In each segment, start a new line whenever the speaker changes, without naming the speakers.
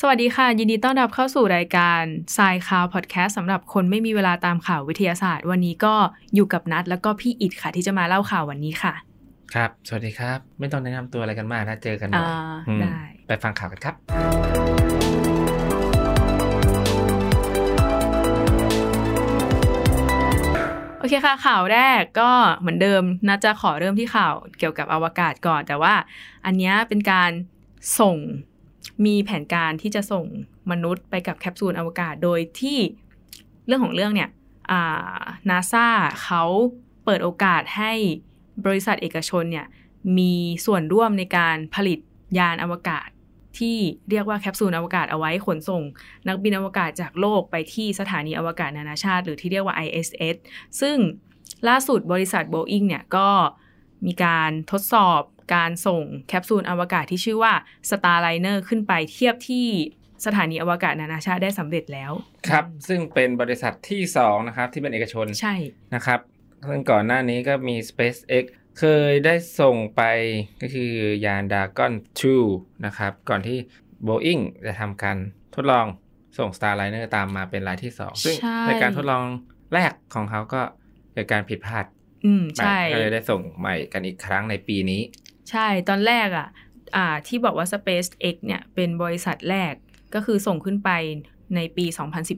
สวัสดีค่ะ ยินดีต้อนรับเข้าสู่รายการทรายข่าวพอดแคสต์สำหรับคนไม่มีเวลาตามข่าววิทยาศาสตร์ วันนี้ก็อยู่กับนัดแล้วก็พี่อิดค่ะ ที่จะมาเล่าข่าววันนี้ค่ะ
ครับ สวัสดีครับ ไม่ต้องแนะนำตัวอะไรกันมากนะ เจอกันบ่
อ่า
อยอืม
ได้
ไปฟังข่าวกันครับ
โอเคค่ะ ข่าวแรกก็เหมือนเดิมนัดจะขอเริ่มที่ข่าวเกี่ยวกับอวกาศก่อน แต่ว่าอันเนี้ยเป็นการส่งมีแผนการที่จะส่งมนุษย์ไปกับแคปซูลอวกาศโดยที่เรื่องของเรื่องเนี่ยนาซา NASA เขาเปิดโอกาสให้บริษัทเอกชนเนี่ยมีส่วนร่วมในการผลิตยานอวกาศ ที่เรียกว่าแคปซูลอวกาศเอาไว้ขนส่ง นักบินอวกาศจากโลกไปที่สถานีอวกาศนานาชาติ หรือที่เรียกว่า ISS ซึ่งล่าสุดบริษัท Boeing เนี่ยก็มีการทดสอบการส่งแคปซูลอวกาศที่ชื่อว่า Starliner ขึ้นไปเทียบที่สถานีอวกาศนานาชาติได้สำเร็จแล้ว
ครับ ซึ่งเป็นบริษัทที่ 2 นะครับ ที่เป็นเอกชน
ใช่
นะครับ ซึ่งก่อนหน้านี้ก็มี SpaceX เคยได้ส่งไปก็คือยานดาก้อน2นะครับ ก่อนที่ Boeing จะทำการทดลองส่ง Starliner ตามมาเป็นรายที่ 2 ซึ่ง
ใช่
ในการทดลองแรกของเขาก็เกิดการผิดพลาด
อืม
ไป
ใช่
ก็เลยได้ส่งใหม่กันอีกครั้งในปีนี้
ใช่ ตอนแรกอ่ะอ่าที่บอกว่า SpaceX เนี่ยเป็นบริษัทแรกก็คือส่งขึ้นไปในปี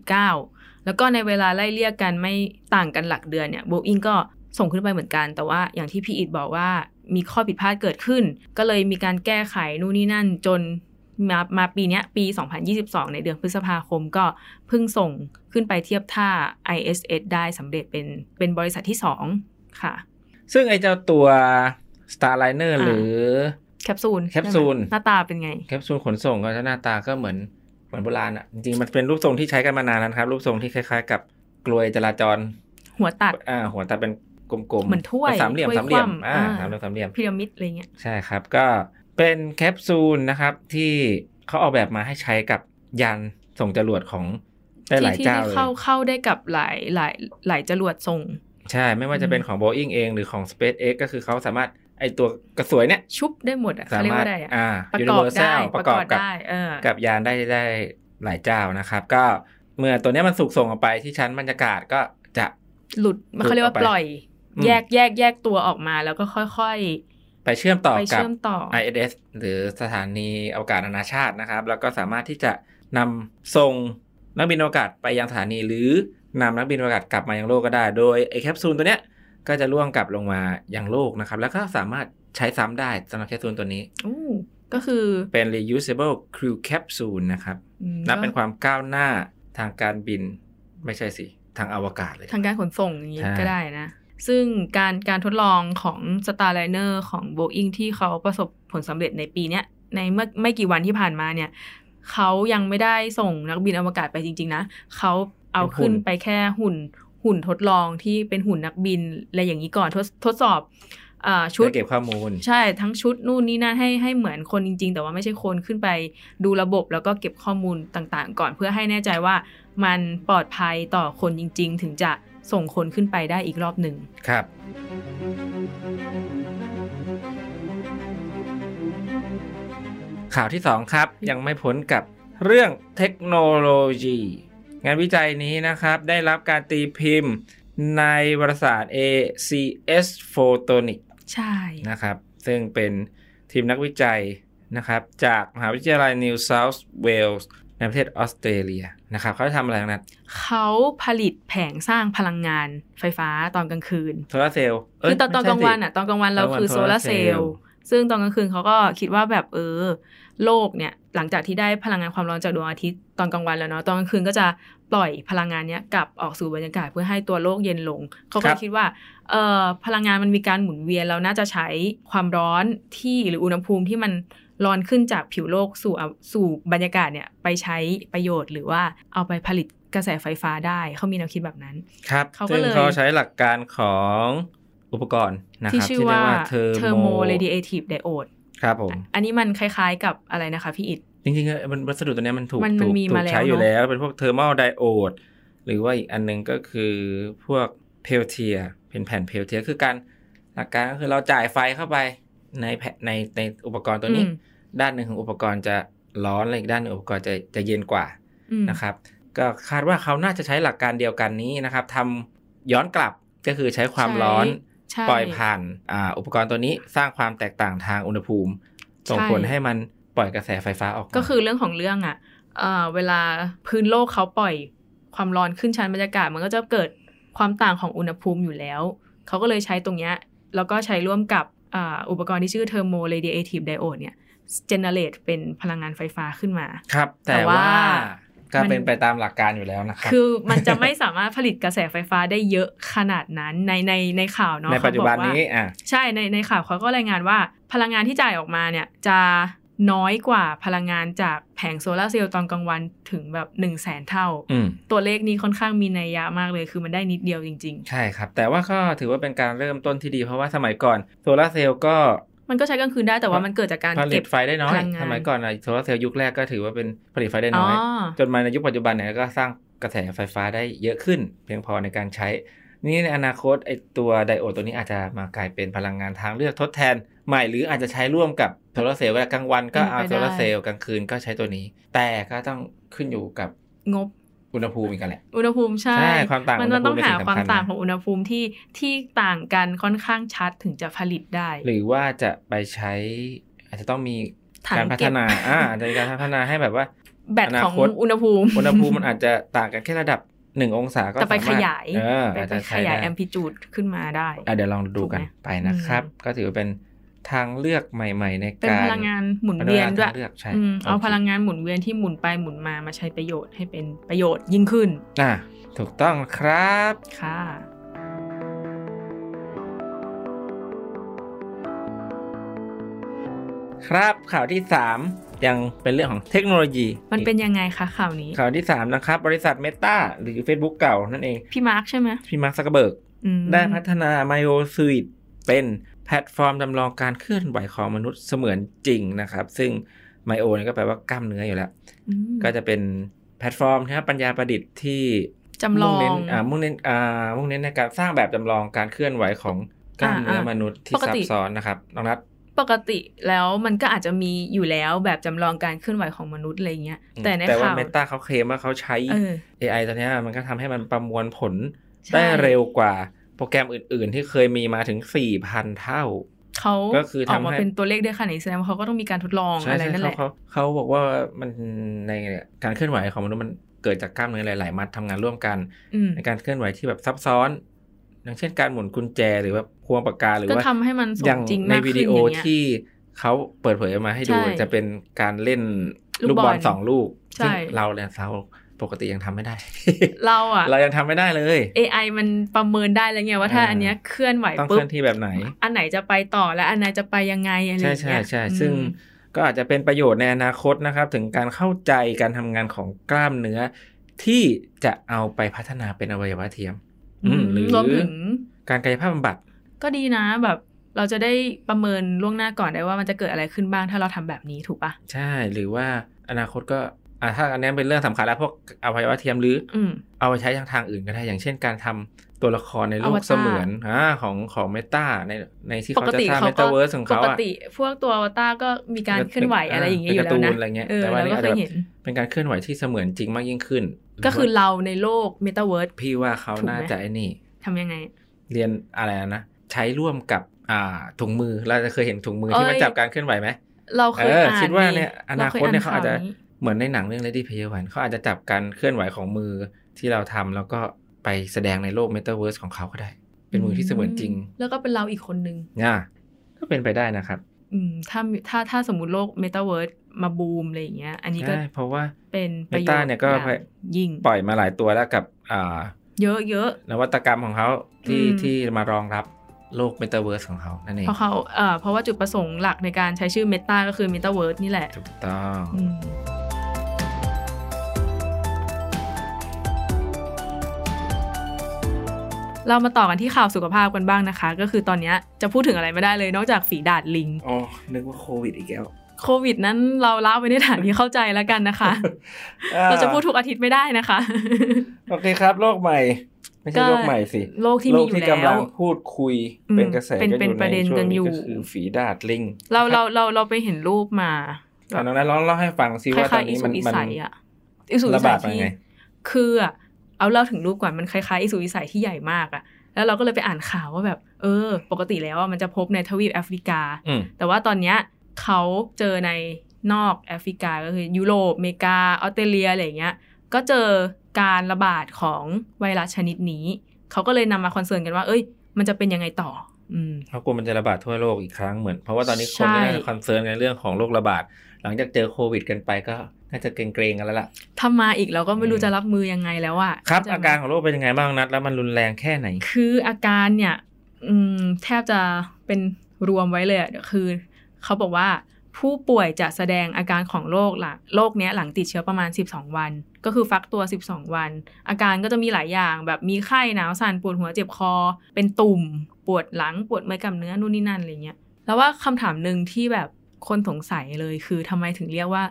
2019 แล้วก็ในเวลาไล่เรียกกันไม่ต่างกันหลักเดือนเนี่ย Boeing ก็ส่งขึ้นไปเหมือนกัน แต่ว่าอย่างที่พี่อิดบอกว่ามีข้อผิดพลาดเกิดขึ้น ก็เลยมีการแก้ไขนู่นนี่นั่นจนมามาปีเนี้ยปี 2022 ในเดือนพฤษภาคมก็เพิ่งส่งขึ้นไปเทียบท่า ISS ได้สำเร็จเป็นเป็นบริษัทที่สองค่ะ
ซึ่งไอ้เจ้าตัว Starliner
อ่า
หรือ
แคปซูล
แคปซูล
หน้าตาเป็นไง
แคปซูลขนส่งก็หน้าตาก็เหมือนเหมือนโบราณอ่ะ จริงๆ มันเป็นรูปทรงที่ใช้กันมานานแล้วนะครับ รูปทรงที่คล้ายๆ กับกลวยจราจร
หัวตัด
อ่าหัวตาเป็นกลมๆ
เหมือนถ้วย
ป็สามเหลี่ยม
ถ้วย
สามเหลี่ยม
คว่ำ
อ่า
อ่า
สามเหลี่ยมสามเหลี่ยม
พีระมิดอะไรเงี้ย
ใช่ครับ ก็เป็นแคปซูลนะครับที่เขาออกแบบมาให้ใช้กับยานส่งจรวดของได้หลาย
ที่
เจ้า
ที่
เลย
เข้าเข้าได้กับหลายหลายหลายจรวดส่ง
ใช่ ไม่ว่าจะเป็น
อืม
ของ Boeing เองหรือของ SpaceX ก็คือเขาสามารถไอตัวกระสวยเนี่ย
ชุบได้หมดอ่ะ
สา
เขาเรียก
มารถ
ว่าได้อะ
อ่า
ประกอบได้
Universal
ป
ประ ระ
ก
ก
อ
อ
บบ
กับ
ได้ เออ
กับยานได้ได้หลายเจ้านะครับ ก็เมื่อตัวเนี้ยมันสูกส่งออกไปที่ชั้นบรรยากาศก็จะ
หลุด
หลุด
เขาเรียกว่า
ออกไป
ปล่อย
อืม
แยกแยกแยกตัวออกมาแล้วก็ค่อย
ไปเชื่อมต่
ๆ
อ
ไป
กับ
เชื่อมต่อ
ISS หรือสถานีอวกาศนานาชาตินะครับ แล้วก็สามารถที่จะนำส่งนักบินอวกาศไปยังสถานี หรือนำนักบินอวกาศกลับมายังโลกก็ได้ โดยไอแคปซูลตัวเนี้ยก็จะล่วงกลับลงมายังโลกนะครับ แล้วก็สามารถใช้ซ้ำได้สำหรับแคปซูลตัวนี้
อู้ก็คือ
เป็น reusable crew capsule นะครับ
อืม
นับเป็นความก้าวหน้าทางการบินไม่ใช่สิทางอวกาศเลย
ทางการขนส่งอย่างนี้
ใช่
ก็ได้นะ ซึ่งการการทดลองของ Starliner ของ Boeing ที่เขาประสบผลสำเร็จในปีเนี้ยในเมื่อไม่กี่วันที่ผ่านมาเนี่ย เขายังไม่ได้ส่งนักบินอวกาศไปจริง ๆ นะ เขาเอาขึ้นไปแค่หุ่นหุ่นทดลองที่เป็นหุ่นนักบินอะไรอย่างนี้ก่อนทดทดสอบอาชุด
ได้เก็บข้อมูล
ใช่ทั้งชุดนู่นนี่นั่นให้ให้เหมือนคนจริง ๆ แต่ว่าไม่ใช่คนขึ้นไปดูระบบแล้วก็เก็บข้อมูลต่างๆ ก่อนเพื่อให้แน่ใจว่ามันปลอดภัยต่อคนจริง ๆ ถึงจะส่งคนขึ้นไปได้อีกรอบหนึ่ง
ครับ ข่าวที่ 2 ครับ ยังไม่พ้นกับเรื่องเทคโนโลยี งานวิจัยนี้นะครับ ได้รับการตีพิมพ์ในวารสาร ACS Photonics
ใช่
นะครับ ซึ่งเป็นทีมนักวิจัยนะครับ จากมหาวิทยาลัย New South Wales ในประเทศออสเตรเลียนะครับ เขาจะทำอะไรนะ
เขาผลิตแผงสร้างพลังงานไฟฟ้าตอนกลางคืน
โซลาร์เซลล์
คือตอนตอนกลางวันอ่ะตอนกลางวันเราคือโซลาร์เซลล์ซึ่งตอนกลางคืนเขาก็คิดว่าแบบเออ โลกเนี่ยหลังจากที่ได้พลังงานความร้อนจากดวงอาทิตย์ตอนกลางวันแล้วเนาะตอนกลางคืนก็จะปล่อยพลังงานเนี้ยกลับออกสู่บรรยากาศเพื่อให้ตัวโลกเย็นลง เขาก็
ครับ
คิดว่าเออพลังงานมันมีการหมุนเวียนเราน่าจะใช้ความร้อนที่หรืออุณหภูมิที่มันร้อนขึ้นจากผิวโลกสู่อ่ะสู่บรรยากาศเนี่ยไปใช้ประโยชน์หรือว่าเอาไปผลิตกระแสไฟฟ้าได้เขามีแนวคิดแบบนั้น
ครับ
เขาก็
ซึ่ง
เลย
เขาใช้หลักการของอุปกรณ์นะครับ
ที่ชื่อว่า
เทอร์
thermo
โม
radiative diode
ครับผม
อันนี้มันคล้ายๆกับอะไรนะคะพี่อิด
จริงๆเออมันวัสดุตัวเนี้ยมันถูก
มันมัน
ถูก
มี
ถู
มาก แล้ว
ใช้อยู่
เนอะ
แล้วเป็นพวกเทอร์ม l ลไดโอดหรือว่าอีกอันหนึงก็คือพวกเพลเทียเป็นแผ่นเพลเทียคือการหลักการก็คือเราจ่ายไฟเข้าไปในแผ่นในในอุปกรณ์ตัวนี้
อืม
ด้านหนึ่งของอุปกรณ์จะ ร้อนและอีกด้านหนึ่งอุปกรณ์จะจะเย็นกว่า
อืม
นะครับ ก็คาดว่าเขาน่าจะใช้หลักการเดียวกันนี้นะครับทำย้อนกลับก็คือใช้ความร้อน
ใช่
ปล่อยผ่านอาอุปกรณ์ตัวนี้สร้างความแตกต่างทางอุณหภูมิ ส่งผล
ใช่
ให้มันปล่อยกระแสไฟฟ้าออกมา
ก็คือเรื่องของเรื่องอะเอ่อเวลาพื้นโลกเขาปล่อยความร้อนขึ้นชั้นบรรยากาศ มันก็จะเกิดความต่างของอุณหภูมิอยู่แล้ว เขาก็เลยใช้ตรงเนี้ยแล้วก็ใช้ร่วมกับอ่าอุปกรณ์ที่ชื่อเทอร์โมเรดิเอทีฟไดโอดเนี่ยเจเนเรตเป็นพลังงานไฟฟ้าขึ้นมา
ครับ แต่
แต่
ว่า
ว่า
ก็
มัน
เป็นไปตามหลักการอยู่แล้วนะครับ
คือมันจะไม่สามารถผลิตกระแสไฟฟ้าได้เยอะขนาดนั้นในในในข่าวเนาะ
ในปัจจุบัน
เขาอกว่า
นี้อ่ะ
ใช่ในในข่าวเขาก็รายงานว่า พลังงานที่จ่ายออกมาเนี่ยจะน้อยกว่าพลังงานจากแผงโซลาร์เซลล์ตอนกลางวันถึงแบบ1 0 0 0 0แสนเท่า
อืม
ตัวเลขนี้ค่อนข้างมีนัยยะมากเลย คือมันได้นิดเดียวจริง
ใช่ครับ แต่ว่าก็ถือว่าเป็นการเริ่มต้นที่ดี เพราะว่าสมัยก่อนโซลาร์เซลล์ก็
ๆ มันก็ใช้กลางคืนได้แต่ว่ามันเกิดจากการ
ผลิ
เก็
ต
บ
ไฟได้น้อย
พลังงาน
สมัยก่อนอะโซลาร์เซลล์ยุคแรกก็ถือว่าเป็นผลิตไฟได้
อ๋
น้
อ
อย จนมาในยุคปัจจุบันเนี่ยก็สร้างกระแสไฟฟ้าได้เยอะขึ้น เพียงพอในการใช้ นี่ในอนาคตไอตัวไดโอดตัวนี้อาจจะมากลายเป็นพลังงานทางเลือกทดแทน ใหม่หรืออาจจะใช้ร่วมกับโซลาร์เซลล์ก็ได้กลางวันก็เอาโซลาร์เซลล์กลางคืนก็ใช้ตัวนี้ แต่ก็ต้องขึ้นอยู่กับ
งบ
อุณหภูมิอีกกันแหละ
อุณหภูมิใช่
ใช่ความต่าง
มั
อุณห
มัน
ภูมิ
ต้อง
เป็น
หา
สิ่งสำคัญ
ความต่างของอุณหภูมิที่ที่ต่างกันค่อนข้างชัดถึงจะผลิตได้
หรือว่าจะไปใช้ อาจจะต้องมี
ถัง
การพัฒนา
เก็บ
อ่าอาจจะมีการพัฒนาให้แบบว่า
แบตของ
อนาคต
อุณหภูมิ
อุณหภูมิมันอาจจะต่างกันแค่ระดับหนึ่งองศาก็
แต่ไป
สมรถ
ขยาย
เออ
ไป
อาจ
ไป
จะ
ข
ใช้
ยาย
ได้
แอมพลิจูดขึ้นมาได้
อ่ะเดี๋ยวลองดูกัน
ถูกไหม
ไปนะครับ
อืม
ก็ถือเป็นทางเลือกใหม่ ๆ ใน
เป็น
การ
พลังงานหมุนเวียนด้วย
ทางเลือกใช่
อืมเอา
โค
พลังงานหมุนเวียนที่หมุนไปหมุนมามาใช้ประโยชน์ให้เป็นประโยชน์ยิ่งขึ้น
อ่ะถูกต้องครับ
ค่ะ
ครับข่าวที่ 3 ยังเป็นเรื่องของเทคโนโลยี
มันเป็นยังไงคะข่าวนี้
ข่าวที่ 3 นะครับ บริษัท Meta หรือ Facebook เก่านั่นเอง
พี่มาร์คใช่ไหม
พี่มาร์คซักเบิร์ก
อืม
ได้พัฒนา MyoSuite เป็นแพลตฟอร์มจำลองการเคลื่อนไหวของมนุษย์เสมือนจริงนะครับ ซึ่ง Myo เนี่ยก็แปลว่ากล้ามเนื้ออยู่แล้ว
อืม
ก็จะเป็นแพลตฟอร์มนะครับปัญญาประดิษฐ์ที่
จำลอง
มุ่งเน้นอ่ามุ่งเน้นอ่ามุ่งเน้นในการสร้างแบบจำลองการเคลื่อนไหวของกล้ามเนื้อ
อ่าอ่าม
นุษย์ที่
ปก
ซั
ติ
บซ้อนนะครับน้องนัท
ปกติแล้วมันก็อาจจะมีอยู่แล้วแบบจำลองการเคลื่อนไหวของมนุษย์อะไรเงี้ยแต่ใน
แต่ว่า
ข่าว
เมตาเขาเคลมว่าเขาใช้
เออ
AI ตัวเนี้ยมันก็ทำให้มันประมวลผล
ใช่
ได้เร็วกว่าโปรแกรมอื่น ๆ ที่เคยมีมาถึง 4,000 เท่า
เขา
ก็คือ
อ
ทำให้
อกมาเป็นตัวเลขได้ขนาดนี้แสดงว่าเขาก็ต้องมีการทดลองอะไรนั่นแห
เขา
ละ
เขาเขาบอกว่ามันในการเคลื่อนไหวของมนุษย์มันเกิดจากกล้ามเนื้อหลาย ๆ มัดทำงานร่วมกัน
อืม
ในการเคลื่อนไหวที่แบบซับซ้อน อย่างเช่นการหมุนกุญแจหรือว่าควงปากกาหรือ
ก็
ว่า
ทำให้มันส
อ
ม
ย่าง
จริง
ใน
มาก
วิ
ขึ้นอ
ดีโอย่าง
เงี้ย
ที่เขาเปิดเผยมาให้ดู
ใช่
จะเป็นการเล่น
ลู
ลูก
ก
บบ อ
อ
ล
ล
สองลูก
ใช่
ซึ่งเราเนี่ยเราปกติยังทำไม่ ได้
เราอะ
เรายังทำไม่ได้เลย
AI มันประเมินได้แล้วไงว่าถ้า
อ่า
อันเนี้ยเคลื่อนไหว
ต้องเค
ปุ๊บ
ลื่อนที่แบบไหน
อันไหนจะไปต่อและอันไหนจะไปยังไงอะไรอ
ใช่
ย่าง
ใช่
เงี้ยอื
ใช่
ม
ซึ่งก็อาจจะเป็นประโยชน์ในอนาคตนะครับ ถึงการเข้าใจการทำงานของกล้ามเนื้อ ที่จะเอาไปพัฒนาเป็นอวัยวะเทียม อืมหรือ
รวมถึง
การกายภาพบำบัด
ก็ดีนะแบบ เราจะได้ประเมินล่วงหน้าก่อนได้ว่ามันจะเกิดอะไรขึ้นบ้างถ้าเราทำแบบนี้ถูกปะ
ใช่หรือว่าอนาคตก็อ่ะถ้าอันนี้เป็นเรื่องสำคัญแล้วพวกอวัยวะเทียมหรือ
อืม
เอาไปใช้ทางทางอื่นก็ได้ อย่างเช่นการทำตัวละครในโล
อว
ก
ตาร
เสมือนอาของของเมตาในในที่
ป
เขา
ก
จะ
ติ
สร้าง
เขา
เม
ก็
ตาเวิร์สของ
ป
เขา
ก
อะ
ติพวกตัวอวตารก็มีการเคลื่อนไหวอะไรอย่างเงี้ยอยู่แล้ว
เป็กา
นะ
ร์ตูอะไรเงี้ย
เออ
แต่ว่า
เรา
นี่
ก็
อา
เค
จจะ
ย
แบ
เห็น
บเป็นการเคลื่อนไหวที่เสมือนจริงมากยิ่งขึ้น
ก็คือเราในโลกเมตาเวิร์ส
พี่ว่าเขา
ถูกไหม
น่าจะไอ้นี่
ทำยังไง
เรียนอะไรนะ ใช้ร่วมกับอ่าถุงมือเราจะเคยเห็นถุงมือ
เอ้ย
ที่มันจับการเคลื่อนไหวไหม
เราเคย
เออ
อ่าน
คิดว่าเนี่ยอนาคตเนี่ย
ร
เขาอาจจะ
ข่วนี้
เหมือนในหนังเรื่อง Lady Player One เขาอาจจะจับการเคลื่อนไหวของมือที่เราทำแล้วก็ไปแสดงในโลกเมตาเวิร์สของเขาก็ได้ เป็นมือที่เสมือนจริง
แล้วก็เป็นเราอีกคนนึง
นะก็เป็นไปได้นะครับ
อืมถ้าถ้าถ้าสมมติโลกเมตาเวิร์สมาบูมอะไรอย่างเงี้ย อันนี้ก็
ใช่เพราะว่า
เป็นป
เม
ระโยช
ตา
น์
เนี่ยก็
อย่างยิ่ง
ปล่อยมาหลายตัวแล้วกับอ่า
เยอะเยอะ
นวัตกรรมของเขาที่
อืม
ที่มารองรับโลกเมตาเวิร์สของเขานั่นเอง
เพราะเขาเอ่อเพราะว่าจุดประสงค์หลักในการใช้ชื่อเมตาก็คือเมตาเวิร์สนี่แหละ
ถูกต้อง
อืมเรามาต่อกันที่ข่าวสุขภาพกันบ้างนะคะ ก็คือตอนเนี้ยจะพูดถึงอะไรไม่ได้เลยนอกจากฝีดาดลิง
อ๋อนึกว่าโควิดอีกแล้ว
โควิดนั้นเราเล่าไว้ในฐานที่เข้าใจแล้วกันนะคะ เราจะพูดทุกอาทิตย์ไม่ได้นะคะ
โอเคครับโลกใหม่ ไม่ใช่
ก็
โลกใหม่สิ
โลกที่
โล
มี
ก
อยู่
ที่
แล้
กำลั
ว
งพูดคุย
อืม
เป็นกระแส
เป็น
กันอ
เป็น
ยู่
ป
ใน
ระเด็น
ช่ว
กั
ง
น
นี้
อยู่
ก็คือฝีดาดลิง
เราเราเราเราไปเห็นรูปมา
อ่ะน้องนัทลองเล่าให้ฟังซิว่าตอนนี้มัน
อิ
มัน
สัยอ่ะอิสุอิ
ระ
สั
บาย ดมา
ที่
ยังไง
คืออ่ะเอาเล่าถึงรูปก่อนมันคล้ายๆอิสุอิสัยที่ใหญ่มากอ่ะ แล้วเราก็เลยไปอ่านข่าวว่าแบบ เออ ปกติแล้วอ่ะมันจะพบในทวีปแอฟริกา
อืม
แต่ว่าตอนเนี้ยเขาเจอในนอกแอฟริกาก็คือยุโรปอเมริกาออสเตรเลียอะไรอย่างเงี้ย ก็เจอการระบาดของไวรัสชนิดนี้ เขาก็เลยนำมาคอนเซิร์นกันว่า เอ้ย มันจะเป็นยังไงต่อ อืม
เพราะกลัวมันจะระบาดทั่วโลกอีกครั้งเหมือน เพราะว่าตอนนี้คนก็
ใช่
น่าจะคอนเซิร์นในเรื่องของโรคระบาด หลังจากเจอโควิดกันไปก็น่าจะเกรงๆกันแล้วล่ะ
ถ้ามาอีกเราก็ไม่รู้
อืม
จะรับมือยังไงแล้วอะ
ครับ
จะ
อาการของโรคเป็นยังไงบ้างนัทแล้วมันรุนแรงแค่ไหน
คืออาการเนี่ย อืม แทบจะเป็นรวมไว้เลยอะคือ เขาบอกว่าผู้ป่วยจะแสดงอาการของโรคหลังโรคเนี้ยหลังติดเชื้อประมาณ 12 วัน ก็คือฟักตัว 12 วัน อาการก็จะมีหลายอย่างแบบมีไข้หนาวสั่นปวดหัวเจ็บคอ เป็นตุ่ม ปวดหลังปวดเมื่อยกล้ามเนื้อนู่นนี่นั่นอะไรเงี้ยแล้วว่าคำถามหนึ่งที่แบบคนสงสัยเลยคือทำไมถึงเรียกว่า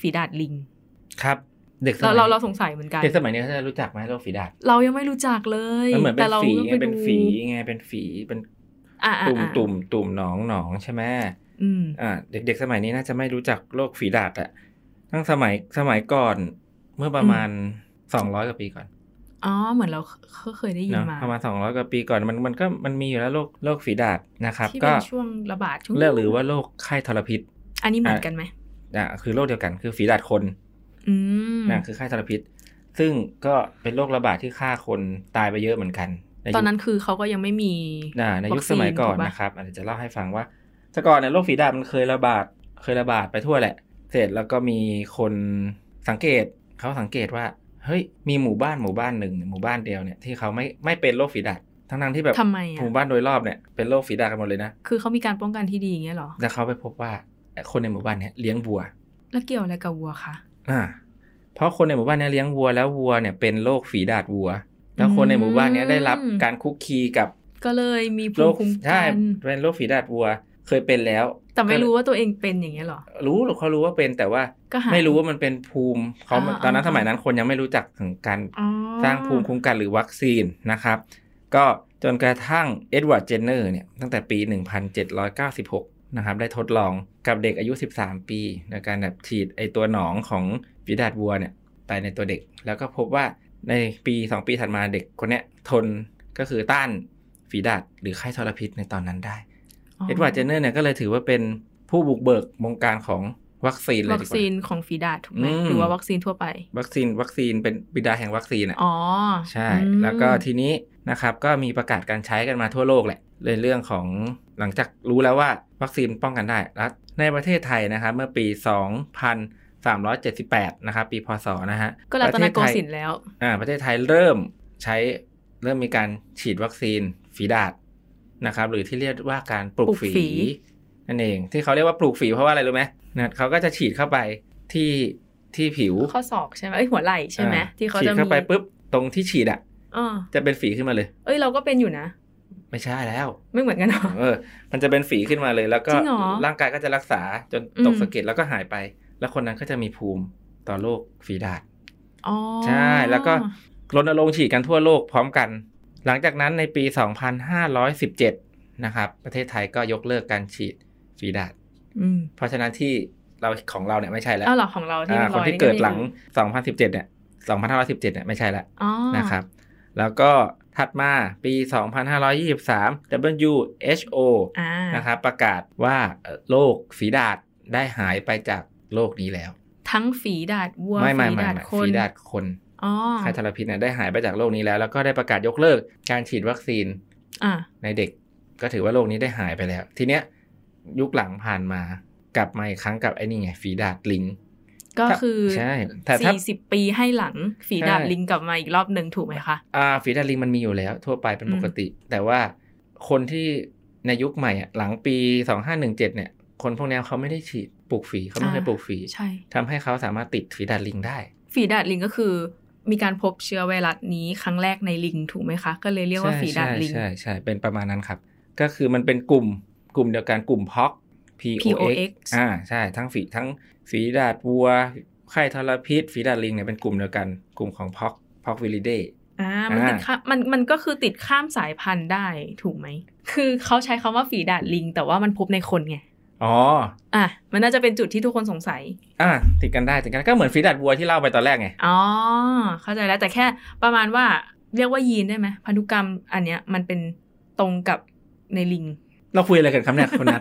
ฝีดาดลิง
ครับ เด็กส
เรา
มัย
เราเราสงสัยเหมือนกัน
เด็กสมัยนี้เขาจะรู้จักไหมโรคฝีดาด
เรายังไม่รู้จักเลย
มันเหมือนเป็น
รา
ฝี
ก็
ไง
ไป
เป็น
ดู
ฝีไงเป็นฝีเป็น
อ่ะอ่ะ
ตุ่ม
อ่ะ
ตุ่มตุ่มหนองหนองใช่ไหม
อืม
อ่าเด็กๆ สมัยนี้น่าจะไม่รู้จักโรคฝีดาษอะตั้งสมัยสมัยก่อนเมื่อประมาณสองร้อยกว่าปีก่อน
อ๋อ เหมือนเราเคเคยได้ยิน
เนาะ
มา
ประมาณสองร้อยกว่าปีก่อนมันมันก็มันมีอยู่แล้วโรคโรคฝีดาษนะครับ
ที่
ก็
เป็นช่วงระบาดช่วง
เรียกหรือว่าโรคไข้ทรพิษ
อันนี้เหมือนกันไหม
อ่ะคือโรคเดียวกันคือฝีดาษคน
อืม
นะคือไข้ทรพิษ ซึ่งก็เป็นโรคระบาดที่ฆ่าคนตายไปเยอะเหมือนกันในยุค
ตอนนั้นคือเขาก็ยังไม่มี
อ่าในยุค
วัคซี
ส
น
มัยก่อน
ถูกปะ
นะครับอาจจะเล่าให้ฟังว่าแต่ก่อนเนี่ยโรคฝีดาษมันเคยระบาดเคยระบาดไปทั่วแหละ เสร็จแล้วก็มีคนสังเกตเขาสังเกตว่าเฮ้ยมีหมู่บ้านหมู่บ้านหนึ่งหมู่บ้านเดียวเนี่ยที่เขาไม่ไม่เป็นโรคฝีดาษทั้งทั้งๆที่แบบ
ทำไม
ห
อ่ะ
มู่บ้านโดยรอบเนี่ยเป็นโรคฝีดาษกันหมดเลยนะ
คือเขามีการป้องกันที่ดีอย่างเงี้ยเหรอ
แล้วเขาไปพบว่าคนในหมู่บ้านเนี่ยเลี้ยงวัว
แล้วเกี่ยวอะไรกับวัวคะ
อ่าเพราะคนในหมู่บ้านเนี่ยเลี้ยงวัวแล้ววัวเนี่ยเป็นโรคฝีดาษวัว แล้วคนในหมู่บ้านเนี่ยได้รับ
อืม
การคุกคีกับ
ก็เลยมีภู
โร
มิ
ค
คุ้ม
ใช่
กัน
เป็นโรคฝีดาษวัวเคยเป็นแล้ว
แต่ไม่รู้ว่าตัวเองเป็นอย่างเงี้ยเหรอ
รู้หรือเขารู้ว่าเป็นแต่ว่า
ก็หาย
ไม่รู้ว่ามันเป็นภูมิเขา
อ่า
ตอนนั้น
อ่า
สมัยนั้นคนยังไม่รู้จักถึงการ
อ๋อ
สร้างภูมิคุ้มกันหรือวัคซีนนะครับ ก็จนกระทั่งเอ็ดเวิร์ดเจนเนอร์เนี่ยตั้งแต่ปี 1796 นะครับ ได้ทดลองกับเด็กอายุ 13 ปีในการแบบฉีดไอตัวหนองของฝีดาดวัวเนี่ยไปในตัวเด็ก แล้วก็พบว่าในปี 2 ปีถัดมาเด็กคนเนี้ยทนก็คือต้านฝีดาดหรือไข้ทรพิษในตอนนั้นได้ เอ็ดวาร์ดเจนเนอร์เนี่ยก็เลยถือว่าเป็นผู้บุกเบิกวงการของวัคซีนเลย
วั
ดี
ค
กว่า
ซีนของฝีดาษถูกไหม
อืม
หรือว่าวัคซีนทั่วไป
วัคซีนวัคซีนเป็นบิดาแห่งวัคซีนอ่ะ
อ๋อ
ใช่
อืม
แล้วก็ทีนี้นะครับก็มีประกาศการใช้กันมาทั่วโลกแหละเลยเรื่องของหลังจากรู้แล้วว่าวัคซีนป้องกันได้แล้วในประเทศไทยนะครับเมื่อปี 2378 นะครับ ปีพศนะฮะ
ก็รัตนโก
ประเทศไทย
สินทร์แล้ว
อ่าประเทศไทยเริ่มใช้เริ่มมีการฉีดวัคซีนฝีดาษนะครับหรือที่เรียกว่าการปลูก
ปลูกฝี
ฝีนั่นเอง ที่เขาเรียกว่าปลูกฝีเพราะว่าอะไรรู้ไหมนะเขาก็จะฉีดเข้าไปที่ที่ผิว
ข้อศอกใช่ไหมเอ้ยหัวไหล่ใช่ไหม
อ่า
ที่เขา
ฉีด
จะ
เข้า
มี
ไปปุ๊บตรงที่ฉีดอ่ะ
อ่า
จะเป็นฝีขึ้นมาเลย
เอ้ยเราก็เป็นอยู่นะ
ไม่ใช่แล้ว
ไม่เหมือนกันเหรอ
เออ มันจะเป็นฝีขึ้นมาเลย แล้วก็
จริงเหรอ
ร่างกายก็จะรักษาจน
อืม
ตกสะเก็ดแล้วก็หายไป แล้วคนนั้นก็จะมีภูมิต่อโรคฝีดาษ
อ๋อ
ใช่ แล้วก็รณรงค์ฉีดกันทั่วโลกพร้อมกัน หลังจากนั้นในปี 2517 นะครับ ประเทศไทยก็ยกเลิกการฉีดฝีดาษ
อืม
เพราะฉะนั้นที่เราของเราเนี่ยไม่ใช่แล้ว
อ้าวเหรอของเราที่
อ่า
ป็ร
คน
อย
ที่เกิดหลัง
ไม่ไ
2017 เนี่ย 2517 เนี่ยไม่ใช่แล้ว
อ๋อ
นะครับ แล้วก็ถัดมาปี 2523 WHO
อ่า
นะครับประกาศว่าเอ่อโรคฝีดาษได้หายไปจากโลกนี้แล้ว
ทั้งฝีดาดวัว
ไม่ไม่
ฝี
ไม่
ดาด
ไม่
คน
ฝีดาษคน
อ๋อ
ไข้ทรพิษเนี่ยได้หายไปจากโลกนี้แล้ว แล้วก็ได้ประกาศยกเลิกการฉีดวัคซีน
อ่า
ในเด็ก ก็ถือว่าโลกนี้ได้หายไปแล้ว ทีเนี้ยยุคหลังผ่านมากลับมาอีกครั้งกับไอ้นี่ไงฝีดาดลิง
ก็คือ
ใช่แต่ถ้า
สี่สิบปีให้หลังฝีดาด
ใช่
ลิงกลับมาอีกรอบหนึ่งถูกไหมคะ
อ่าฝีดาดลิงมันมีอยู่แล้ว ทั่วไปเป็น
อืม
ปกติ แต่ว่าคนที่ในยุคใหม่อะหลังปี 2517 เนี่ย คนพวกเนี้ยเขาไม่ได้ฉีดปลูกฝีเขาไม่เคยปลูกฝี
ใช่
ทำให้เขาสามารถติดฝีดาดลิงได้
ฝีดาดลิงก็คือ มีการพบเชื้อไวรัสนี้ครั้งแรกในลิงถูกไหมคะ ก็เลยเรียกว่าฝีดาดลิง
ใช่ใช่ใช่เป็นประมาณนั้นครับ ก็คือมันเป็นกลุ่มกลุ่มเดียวกันกลุ่มพ็อก
POX
อ่าใช่ทั้งฝีทั้งฝีดาดวัวไข้ทรพิษฝีดาดลิงเนี่ยเป็นกลุ่มเดียวกันกลุ่มของพ็อกพ็อกวิลิเด
อ่ามันติด
อ่า
ข้ามมันมันก็คือติดข้ามสายพันธุ์ได้ถูกไหม คือเขาใช้คำว่าฝีดาดลิง แต่ว่ามันพบในคนไง
อ๋อ
อ่ะมันน่าจะเป็นจุดที่ทุกคนสงสัย
อ่ะติดกันได้ติดกันได้ก็เหมือนฟีดัดวัวที่เล่าไปตอนแรกไง
อ๋อ เข้าใจแล้วแต่แค่ประมาณว่าเรียกว่ายีนได้ไหมพันธุกรรมอันเนี้ยมันเป็นตรงกับในลิง
เราคุยอะไรกันครับเนี่ยคนนัด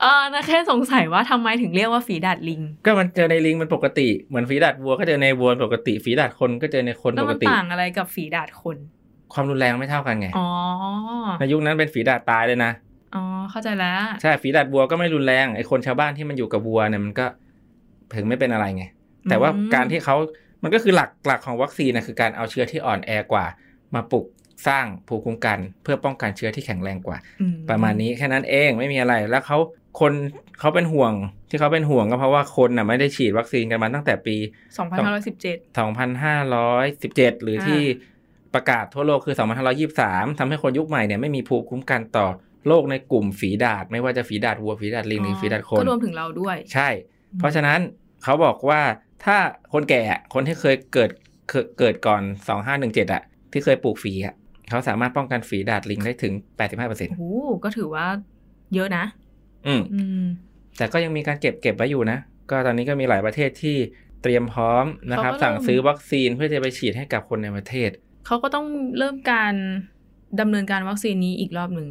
เออนะแค่สงสัยว่าทำไมถึงเรียกว่าฝีดาดลิง
ก็มันเจอในลิงมันปกติเหมือนฝีดาดวัวก็เจอในวัวปกติฝีดาดคนก็เจอในคน
แล้
ป
ว
ก
มัน
ติ
ต่างอะไรกับฝีดาดคน
ความรุนแรงไม่เท่ากันไง
อ๋อ
ในยุคนั้นเป็นฝีดาดตายเลยนะ
อ๋อ เข้าใจแล้ว
ใช่ฝีดาดวัวก็ไม่รุนแรงไอ้คนชาวบ้านที่มันอยู่กับวัวเนี่ยมันก็ถึงไม่เป็นอะไรไง แต่ว่าการที่เขามันก็คือหลักหลักของวัคซีนนะคือการเอาเชื้อที่อ่อนแอกว่า มาปลุกสร้างภูมิคุ้มกัน เพื่อป้องกันเชื้อที่แข็งแรงกว่า
อื
ประมาณนี้แค่นั้นเองไม่มีอะไรแล้วเขาคนเขาเป็นห่วงที่เขาเป็นห่วงก็เพราะว่าคนน่ะไม่ได้ฉีดวัคซีนกันมาตั้งแต่ปี
2,517
2517 หรือที่ประกาศทั่วโลกคือ 2523ทำให้คนยุคใหม่เนี่ยไม่มีภูมิคุ้มกันต่อโรคในกลุ่มฝีดาดไม่ว่าจะฝีดาดวัวฝีดาดลิงหรือฝีดาดคน
ก็รวมถึงเราด้วย
ใช่ เพราะฉะนั้นเขาบอกว่าถ้าคนแก่อะคนที่เคยเกิดเกิดเกิดก่อน 2517อ่ะ ที่เคยปลูกฝีอ่ะเขาสามารถป้องกันฝีดาดลิงได้ถึง 85%
โอ้โหก็ถือว่าเยอะนะ
อืม
อืม
แต่ก็ยังมีการเก็บเก็บไว้อยู่นะ ก็ตอนนี้ก็มีหลายประเทศที่เตรียมพร้อมนะครับ สั่งซื้อวัคซีนเพื่อจะไปฉีดให้กับคนในประเทศ
เขาก็ต้องเริ่มการดำเนินการวัคซีนนี้อีกรอบหนึ่ง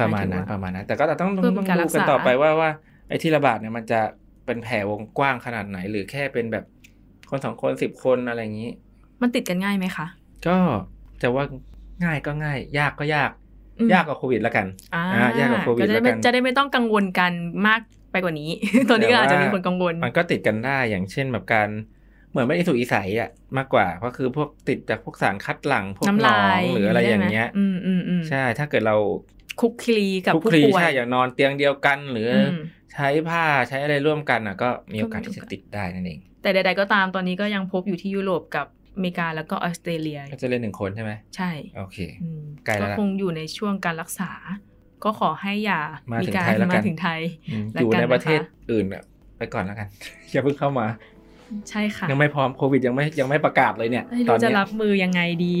ประมาณนั้นประมาณนั้น แต่ก็ต้อง
เพื่อเป็นการ
ดู
รัก
กัน
ษา
ต่อไปว่าว่าไอ้ที่ระบาดเนี่ยมันจะเป็นแผ่วงกว้างขนาดไหน หรือแค่เป็นแบบคนสองคนสิบคนอะไรอย่างนี้
มันติดกันง่ายไหมคะ
ก็จะว่าง่ายก็ง่าย ยากก็ยาก
อืม
ยากกว่าโควิดละกัน
อ่า
อ่ายากกว่าโควิด
ก็จะได้ไม่
แล้วกัน
จะได้ไม่ต้องกังวลกันมากไปกว่านี้ ตอนนี้
แต่
ก็
ว่า
อาจจะมีคนกังวล
มันก็ติดกันได้อย่างเช่นแบบการเหมือนไม่ได้สุกอิสัยอ่ะมากกว่าเพราะคือพวกติดจากพวกสารคัดหลั่งพวกหน
น้ำ
อ
ลาย
งหรืออะไรอย่างเงี้ย
ใช่ไหมอืมอืมอืม
ใช่ ถ้าเกิดเรา
คุกคลีกับ
คลุก
ผู้
คลี
ป่วย
ใช่อย่างนอนเตียงเดียวกัน หรืออ
ม
ใช้ผ้าใช้อะไรร่วมกันอ่ะ ก็มีโอกาส
ก็มี
ที่จะ
โอกาส
ติดได้นั่นเอง
แต่ใด ๆ ก็ตามตอนนี้ก็ยังพบอยู่ที่ยุโรปกับอเมริกาแล้วก็ออสเตรเลีย
ก็จะเล่นหนึ่งคนใช่ไหม
ใช่
โอเค
อืม
ไกล
ก็
แล้วล่ะ
คงอยู่ในช่วงการรักษา ก็ขอให้อย่า
มา
มี
ถึง
การ
ไทยแล้วกัน
มาถึงไทย
อืม
แล้
อ
วกัน
ยู่ในประเทศ
นะคะ
อื่นอะไปก่อนแล้วกัน อย่าเพิ่งเข้ามา
ใช่ค่ะ
ยังไม่พร้อมโควิดยังไม่ยังไม่ประกาศเลยเนี่ย
ไม่
ตอน
รู้จะ
เนี้ย
รับมือยังไงดี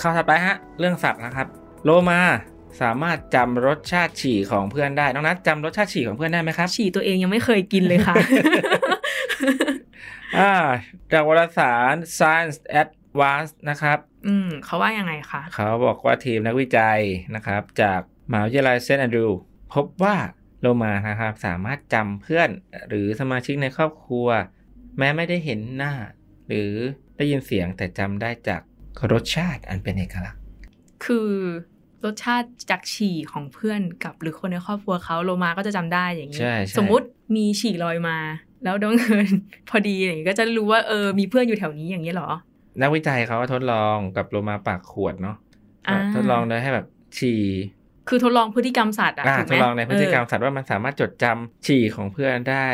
ข่าวถัดไปฮะ เรื่องสัตว์นะครับ โลมาสามารถจำรสชาติฉี่ของเพื่อนได้ น้องนัทจำรสชาติฉี่ของเพื่อนได้ไหมครับ
ฉี่ตัวเองยังไม่เคยกินเลยค่ะ
อ่าจากวารสาร Science Advance นะครับ
อืมเขาว่ายังไงคะ
เขาบอกว่าทีมนักวิจัยนะครับ จากมหาวิทยาลัยเซนต์แอนดรูพบว่าโลมานะครับ สามารถจำเพื่อนหรือสมาชิกในครอบครัว แม้ไม่ได้เห็นหน้า หรือได้ยินเสียงแต่จำได้จากรสชาติอันเป็นเอกลักษณ์
คือรสชาติจากฉี่ของเพื่อนกับ หรือคนในครอบครัวเขาโลมาก็จะจำได้อย่างนี้
ใช่ใช่
สมมุติมีฉี่ลอยมา แล้วดงเอิญ พอดีอย่างนี้ก็จะรู้ว่าเออมีเพื่อนอยู่แถวนี้อย่างนี้เหรอ
นักวิจัยเขาก็ทดลองกับโลมาปากขวดเนาะ
อ่า
ทดลองโดยให้แบบฉี่
คือทดลองพฤติกรรมสัตว์อะ
อ่า
ถูก
ท
ไหม
ดลองในพฤติกรรมสัตว์ว่ามันสามารถจดจำฉี่ของเพื่อนได้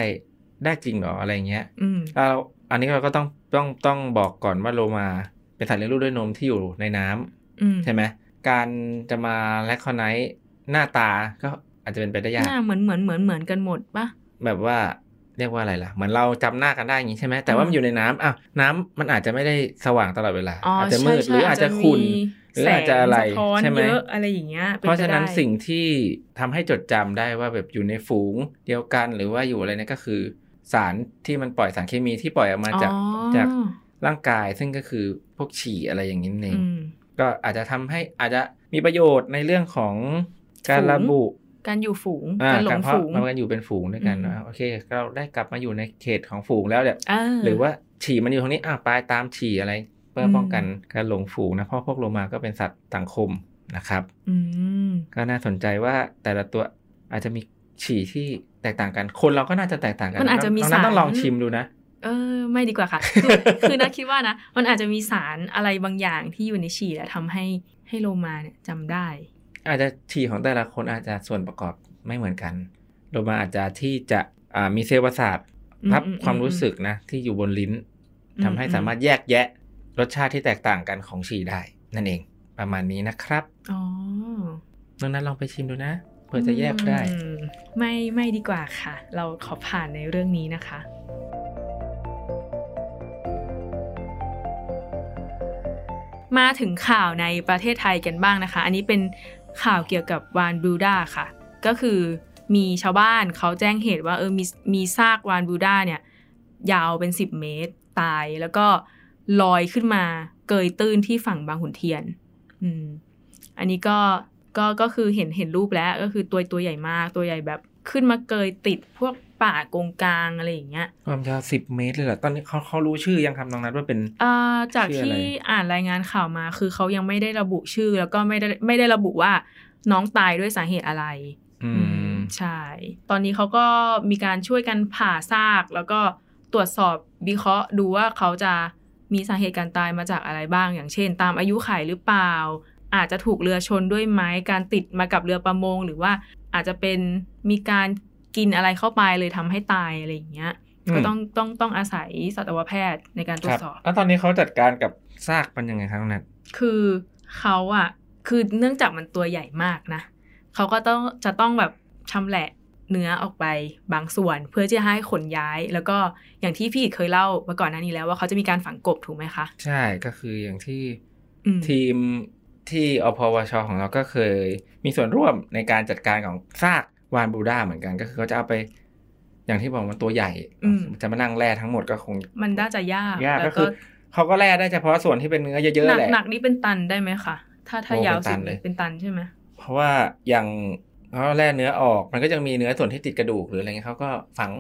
ได้จริงเหรออะไรเงี้ย
อืม
เราอันนี้เราก็ต้องต้องต้องบอกก่อนว่าโลมาเป็นสัตว์เลี้ยงลูกด้วยนมที่อยู่ในน้ำ
อืม
ใช่ไหมการจะมาแลคคอไนท์หน้าตาก็อาจจะเป็นไปได้ยาก
หน้าเหมือนเหมือนเหมือนเหมือนกันหมดปะ
แบบว่าเรียกว่าอะไรล่ะ เหมือนเราจำหน้ากันได้อย่างนี้ใช่ไหมแต่ว่า
อ่ามั
มันอยู่ในน้ำอ่ะน้ำมันอาจจะไม่ได้สว่างตลอดเวลา
อ๋อ
อาจจะ
ใช่
มืด
ใช่
หรืออาจจะขุ่น
มี
หรืออาจจะอะไร
แสงสท้อน
ใช่ไหม
เยอะอะไรอย่างเงี้ยป็
เพราะฉะนั้น
ไปได้
สิ่งที่ทำให้จดจำได้ว่าแบบอยู่ในฝูงเดียวกันหรือว่าอยู่อะไรเนี่ยก็คือ สารที่มันปล่อยสารเคมีที่ปล่อยออกมาจาก
อ๋อ
จากร่างกายซึ่งก็คือพวกฉี่อะไรอย่างนี้นั่นเอง
อืม
ก็อาจจะทำให้อาจจะมีประโยชน์ในเรื่องของการ
ฝูง
ระบุ
การอยู่ฝูง
อ่า
การหล
การ
ง
เพราะ
ฝูง
มันกันอยู่เป็นฝูงด้วยกัน
อืม
นะโอเคเราได้กลับมาอยู่ในเขตของฝูงแล้วเนี่ย
เห
รือว่าฉี่มันอยู่ตรงนี้อ่ะไปตามฉี่อะไร เพื่ออ
ม
ป้องกันการหลงฝูงนะเพราะพวกโลมาก็เป็นสัตว์สังคมนะครับ
อืม
ก็น่าสนใจว่าแต่ละตัวอาจจะมีฉี่ที่แตกต่างกัน คนเราก็น่าจะแตกต่างกัน
มันอาจจะมี
น้งนั้
สา
น
ร
ต้องลองชิมดูนะ
เออไม่ดีกว่าค่ะ คือคือนะคิดว่านะ มันอาจจะมีสารอะไรบางอย่างที่อยู่ในฉี่แล้วทำให้ให้โลมาเนี่ยจำได้
อาจจะฉี่ของแต่ละคนอาจจะส่วนประกอบไม่เหมือนกันโลมาอาจจะที่จะอ่ามีเซลล์ประสาท
อืม
รับ
อืม
ความรู้สึกนะที่อยู่บนลิ้น
อืม
ทำให้
อืม
สามารถแยกแยะ รสชาติที่แตกต่างกันของฉี่ได้ นั่นเอง ประมาณนี้นะครับ
อ๋อ
น้องนั้นลองไปชิมดูนะเพื่อจะแยกได้
อืมไม่ไม่ดีกว่าค่ะ เราขอผ่านในเรื่องนี้นะคะ มาถึงข่าวในประเทศไทยกันบ้างนะคะ อันนี้เป็นข่าวเกี่ยวกับวานบรูด้าค่ะ ก็คือมีชาวบ้านเขาแจ้งเหตุว่าเออมีมีซากวานบรูด้าเนี่ยยาวเป็น 10 เมตรตายแล้วก็ลอยขึ้นมาเกยตื้นที่ฝั่งบางขุนเทียน อืม อันนี้ก็ก็ก็คือเห็นเห็นรูปแล้วก็คือตัวตัวใหญ่มากตัวใหญ่แบบขึ้นมาเกยติดพวกป่ากงกลางอะไรอย่างเงี้ย
ความยาวสิบเมตรเลยเหรอตอนนี้เขาเขารู้ชื่อยังคำน้องนัดว่าเป็น
เอ่อจาก
ชื่ออะไร
ที่อ่านรายงานข่าวมาคือเขายังไม่ได้ระบุชื่อ แล้วก็ไม่ได้ไม่ได้ระบุว่าน้องตายด้วยสาเหตุอะไร
อืม
ใช่ ตอนนี้เขาก็มีการช่วยกันผ่าซาก แล้วก็ตรวจสอบวิเคราะห์ดูว่าเขาจะมีสาเหตุการตายมาจากอะไรบ้าง อย่างเช่น ตามอายุไขหรือเปล่า อาจจะถูกเรือชนด้วยไหมการติดมากับเรือประมง หรือว่าอาจจะเป็นมีการกินอะไรเข้าไปเลยทำให้ตายอะไรอย่างเงี้ยก็ต้องต้องต้องอาศัยสัตวแพทย์ในการตรวจ
ครับ
สอบ
แล้วตอนนี้เขาจัดการกับซากมันยังไงครับน้องนัด
คือเขาอะคือเนื่องจากมันตัวใหญ่มากนะเขาก็ต้องจะต้องแบบชำแหละเนื้อออกไปบางส่วน เพื่อที่จะให้ขนย้าย แล้วก็อย่างที่พี่อิฐเคยเล่ามาก่อนหน้านี้แล้วว่าเขาจะมีการฝังกบถูกไหมคะ
ใช่ก็คืออย่างที่
อืม
ทีมที่อพวชของเราก็เคยมีส่วนร่วมในการจัดการของซากวานบรูด้าเหมือนกัน ก็คือเขาจะเอาไป อย่างที่บอกมันตัวใหญ่ จะมานั่งแร่ทั้งหมดก็คง
มันน่าจะยาก
ยาก
แล้
ก็
ว
คือเขาก็แร่ได้เฉพาะส่วนที่เป็นเนื้อเย
ห
อะๆ
นัก
แหละ
หนักนี่เป็นตันได้ไหมคะถ้าถ้า
โอ้
ยาว
เป็นตั
สุด
นเลย
เป็นตันใช่ไหม
เพราะว่าอย่างเขาแร่เนื้อออก มันก็ยังมีเนื้อส่วนที่ติดกระดูกหรืออะไรเงี้ยเขาก็ฝัง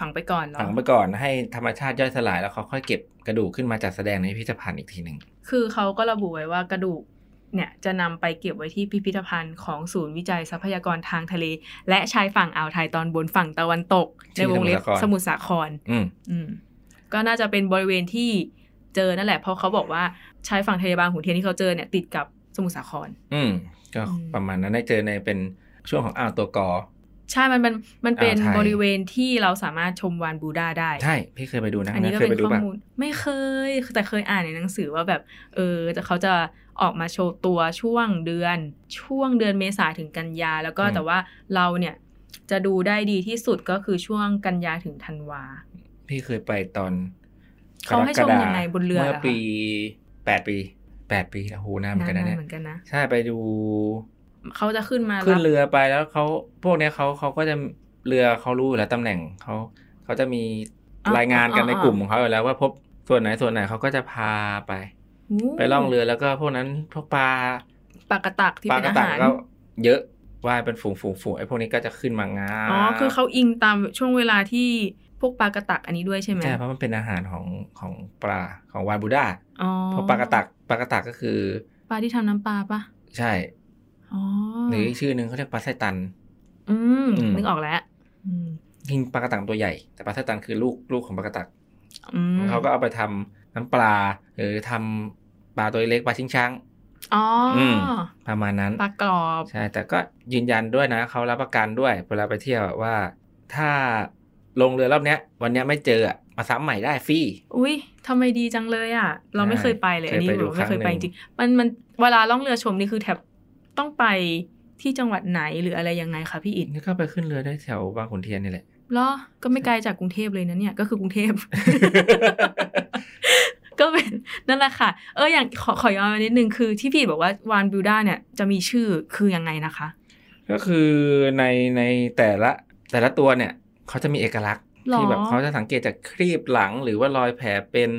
ฝังไปก่อนเหรอ
ฝังไปก่อนให้ธรรมชาติย่อยสลายแล้วเขาค่อยเก็บกระดูกขึ้นมาจัดแสดงในพิพิธภัณฑ์อีกทีหนึ่ง
คือเขาก็ระบุไว้ว่ากระดูกเนี่ยจะนำไปเก็บไว้ที่พิพิธภัณฑ์ของศูนย์วิจัยทรัพยากรทางทะเล และชายฝั่งอ่าวไทยตอนบนฝั่งตะวันตก ในวงเล็บสมุทรสาคร
อืม
อืมก็น่าจะเป็นบริเวณที่เจอนั่นแหละ เพราะเขาบอกว่าชายฝั่งทะเลบางขุนเทียนที่เขาเจอเนี่ยติดกับสมุทรสาคร
อืม ก็
อืม
ประมาณนั้นได้เจอในเป็นช่วงของอ่าวตัวกอ
ใช่มันมันมันเป็น
อ่าวไทย
บริเวณที่เราสามารถชมวานบูดาได้
ใช่ พี่เคยไปดูนะ
อันนี้ก็
เคย
เป็น
ไปดู
ข้อ
ป่ะ
มูลไม่เคย แต่เคยอ่านในหนังสือว่าแบบ เออแต่เขาจะออกมาโชว์ตัวช่วงเดือน ช่วงเดือนเมษาถึงกันยา แล้วก็แต่ว่าเราเนี่ยจะดูได้ดีที่สุดก็คือช่วงกันยาถึงธันวา
พี่เคยไปตอน
เขาให้ชม
กรกฎ
ยังไงบนเรือเหรอ
เมื่อ
คะ
ปีแปดปีแปดปีโอ้โหนานเหมือนกันนะเนี่ย
เหมือนกันนะ
ใช่ไปดู
เขาจะขึ้นมา
ขึ้น
รับ
เรือไปแล้วเขาพวกเนี้ยเขาเขาก็จะเรือเขารู้อยู่แล้วตำแหน่งเขาเขาจะมี
อ๋อ
รายงานกัน
อ๋อ
ใน
อ๋อ
กลุ่มของเขาอยู่แล้วว่าพบส่วนไหนส่วนไหนเขาก็จะพาไป ไปล่องเรือแล้วก็พวกนั้นพวกปลา
ปลากระตักที่
ปลา
เป็น
กระ
อา
ตัก
หาร
ก็เยอะว่ายเป็นฝูงฝูงฝูงไอ้พวกนี้ก็จะขึ้นมางา
อ๋อ คือเขาอิงตามช่วงเวลาที่พวกปลากระตักอันนี้ด้วยใช่ไหม
ใช่เพราะมันเป็นอาหารของของปลาของวานบูดา
อ๋อ
เพราะปลากระตักปลากระตักก็คือ
ปลาที่ทำน้ำปลาปะ
ใช่
อ๋อ
หรืออีกชื่อหนึ่งเขาเรียกปลาไส้ตัน
อืม
อืม
นึกออกแล้วอืม
จริงปลากระตักตัวใหญ่แต่ปลาไส้ตันคือลูกลูกของปลากระตัก
อืม
เขาก็เอาไปทำน้ำปลา หรือทำปลาตัวเล็กปลาชิงช้าง
อ๋ออ
ม ประมาณนั้น
ปลากรอบ
ใช่ แต่ก็ยืนยันด้วยนะเขารับประกันด้วยเวลาไปเที่ยวอะว่า ถ้าลงเรือรอบเนี้ย วันเนี้ยไม่เจออะมาซ้ำใหม่ได้ฟรี
อุ้ยทำไมดีจังเลยอ่ะ เราไม่เคยไปเลย
ใช่
อันนี้
เคยไป
แบบ
ดู
ไม่เคยไป
ครั้
จ
งหนึ่ง
ริงๆมันมันเวลาล่องเรือชมนี่คือแทบต้องไปที่จังหวัดไหนหรืออะไรยังไงคะพี่อิด
นี่ก็ไปขึ้นเรือได้แถวบางขุนเทียนนี่แหละ
เหรอก็ไม่ไกลจากกรุงเทพเลยนะเนี่ยก็คือกรุงเทพ ก็เป็นนั่นแหละค่ะ เอออย่างขอขอย้อนมานิดนึงคือที่พี่บอกว่าวานบิวด้าเนี่ยจะมีชื่อคือยังไงนะคะ
ก็คือในในแต่ละแต่ละตัวเนี่ยเขาจะมีเอกลักษณ์
หรอ
ที่แบบเขาจะสังเกตจากครีบหลัง หรือว่ารอยแผลเป็น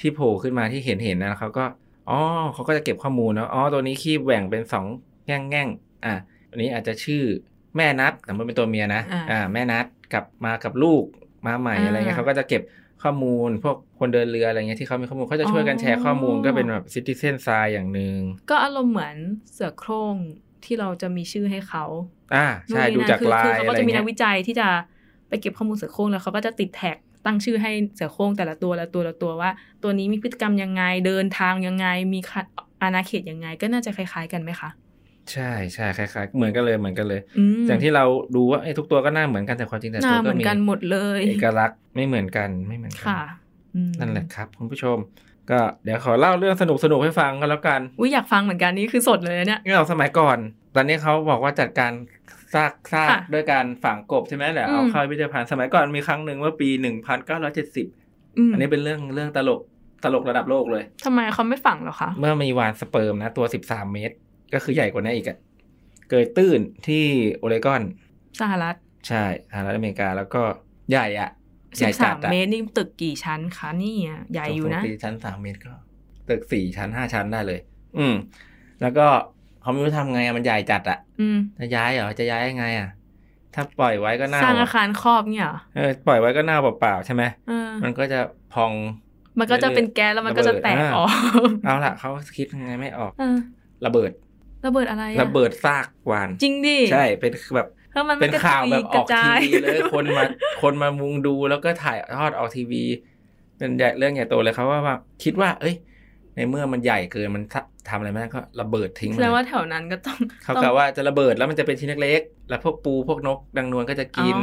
ที่โผล่ขึ้นมาที่เห็นเห็นนะเขาก็อ๋อเขาก็จะเก็บข้อมูลเนาะอ๋อตัวนี้คีบแหว่งเป็นสองแง่งแง่งๆอ่ะอันนี้อาจจะชื่อแม่นัดแต่มันเป็นตัวเมียนะ
อ่า
แม่นัดกับมากับลูกมาใหม่อะไรเงี้ย
อ่า
เขาก็จะเก็บข้อมูล พวกคนเดินเรืออะไรเงี้ยที่เขามีข้อมูลเขาจะช่วยกันแชร์ข้อมูล
อ๋อ
ก็เป็นแบบซิติเซนไซอย่างหนึ่ง
ก็อารมณ์เหมือนเสือโคร่งที่เราจะมีชื่อให้เขา
อ่าใช่ดู
นู่นนี่นั่น
จาก
คือ
ลา
คื
ย
อเขา
อะ
ก็
ไร
จะมีนั
เงี้
ก
ย
วิจัยที่จะไปเก็บข้อมูลเสือโคร่งแล้วเขาก็จะติดแท็กตั้งชื่อให้เสือโคร่งแต่ละตัวละตัวละตัวว่า ตัวนี้มีพฤติกรรมยังไงเดินทางยังไงมีขะอาณาเขตยังไง ก็น่าจะคล้าย ๆ กันไหมคะ
ใช่ใช่คล้ายๆเหมือนกันเลยเหมือนกันเลย
อืม
อย่างที่เราดูว่าไอ้ยทุกตัวก็หน้าเหมือนกันแต่ความจริงแต่
ห
ตั
น้าว เห
ก็
มือน
มี
กันหมดเลย
เอกลักษณ์ไม่เหมือนกันไม่เหมือนกั
ค่ะอืม
นั่นแหละครับคุณผู้ชม ก็เดี๋ยวขอเล่าเรื่องสนุกสนุกๆให้ฟังกันแล้วกัน
อุ้ยอยากฟังเหมือนกันนี่คือสดเลยนะเนี่ย
เรื่องสมัยก่อน ตอนนี้เขาบอกว่าจัดการซากซาก
ค่ะ
ด้วยการฝังกบใช่ไหมแหละ
อืม
เอาเข้าพิพิธภัณฑ์สมัยก่อนมีครั้งหนึ่งเมื่อปี 1970
ม
อันนี้เป็นเรื่องเรื่องตลก ตลกระดับโลกเลย
ทำไมเขาไม่ฝังเหรอคะ
เมื่อมีวานสเปิร์มนะ ตัว 13 เมตร ก็คือใหญ่กว่านี้อีกอะเกิดตื้นที่โอเรกอน
สหรัฐ
ใช่สหรัฐอเมริกาแล้วก็ใหญ่อะให
สิ
ญ่
บ
จั
สา
ด
ม
อะ
เมตรนี่ตึกกี่ชั้นคะนี่อะใหญ่อยู่นะ
ตึกชั้น 3 เมตรก็ ตึก 4 ชั้น 5 ชั้นได้เลย อืม แล้วก็เขาไม่รู้ทำไงอะมันใหญ่จัดอะ
อืม
จะย้ายเหรอ จะย้ายยังไงอะถ้าปล่อยไว้ก็เน่า
สร้างอาคารครอบเนี่ยเหรอ
เออปล่อยไว้ก็เน่าเปล่าๆใช่ไหม
เออ
มันก็จะพอง
มันก็จะเป็นแก๊สแล้วมันก็จะแตก
ระเบิดอ่า
ออก
เอาล่ะเขาคิดยังไงไม่ออก
เออ
ระเบิด
ระเบิดอะไรอ
ระเบิดซากวาน
จริงดิ
ใช่เป็นแบบ
เพราะมัน
เป็น
ไม่กระจุย
ข่าวแบบออก
ระจา
ทีวีเลย คนมา คนมามุงดูแล้วก็ถ่ายทอดออกทีวีเป็นใหญ่เรื่องใหญ่โตเลยเขาว่าว่าคิดว่า เอ้ย ในเมื่อมันใหญ่เกินมันทะทำอะไรไม่ได้ก็ระเบิดทิ้ง
แส
เล
ดงว่าย แถวนั้นก็ต้อง
เขากล่าวว่าจะระเบิดแล้วมันจะเป็นชิ้นเล็กๆแล้วพวกปูพวกนกดังนวลก็จะกิน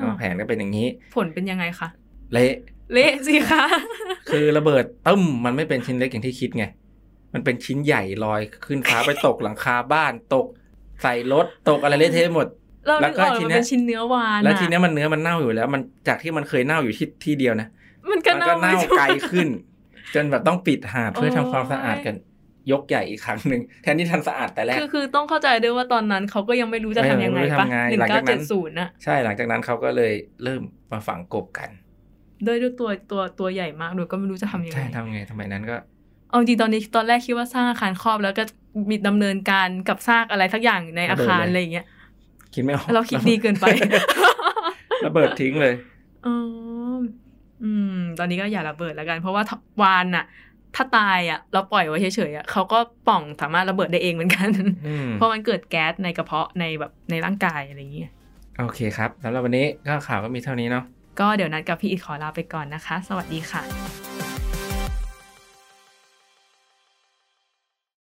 อ๋อ
เขาแผนก็เป็นอย่างนี้
ผลเป็นยังไงคะ
เละ
เละสิคะ
คือระเบิดตึ้มมันไม่เป็นชิ้นเล็กอย่างที่คิดไง มันเป็นชิ้นใหญ่ลอยขึ้นฟ้าไปตกหลังคาบ้านตกใส่รถตกอะไรเละเทะหมด
เรา
แล้ว
นึก
ก็
ออก
ที
มัน
เนี้ย
เป็นชิ้นเนื้อวาน
แล้ว
อะ
ทีเนี้ยมันเนื้อมันเน่าอยู่แล้ว มันจากที่มันเคยเน่าอยู่ที่ที่เดียวนะ
มันก็
มั
เน่า
ก็เน่า
ปทั่ว
ไกลขึ้น จนแบบต้องปิดหาดเพื่อทำความ
โอ้ย
สะอาดกันยกใหญ่อีกครั้งหนึ่งแทนที่ทันสะอาดแต่แรก
คือคือต้องเข้าใจด้วยว่าตอนนั้นเขาก็ยังไม่รู้จะ
ไม่
ทำยังไง
รู้จะ
ปะ
ทำไง
หนึ่
หลั
ง
ง
เก้า
จากนั้
เจ็ด
น
ศูนย์น่ะ
ใช่หลังจากนั้นเขาก็เลยเริ่มมาฝังกบกัน
ด้วยด้วยตัวตัวตัวใหญ่มากด้วยก็ไม่รู้จะทำยัง
ใช่
ไง
ทำไงทำไมยนั้นก็
เอาจริงตอนนี้ตอนแรกคิดว่าสร้างอาคารครอบแล้วก็มีดำเนินการกับซากอะไรสักอย่างอยู่ในอาคารอะไรอย่างเงี้ย
คิดไม่ออก
เราคิดดีเกิน ไประ
เบิดทิ้งเลย
อ๋ออืม ตอนนี้ก็อย่าระเบิดแล้วกัน เพราะว่าวานน่ะ ถ้าตายอ่ะ เราปล่อยไว้เฉยๆอ่ะเขาก็ป่องสามารถระเบิดได้เองเหมือนกัน
อืม
เพราะมันเกิดแก๊สในกระเพาะในแบบในร่างกายอะไรอย่างเงี้ย
โอเคครับสำหรับวันนี้ก็ข่าวก็มีเท่านี้เนาะ
ก็เดี๋ยวนัดกับพี่อิดขอลาไปก่อนนะคะ สวัสดีค่ะ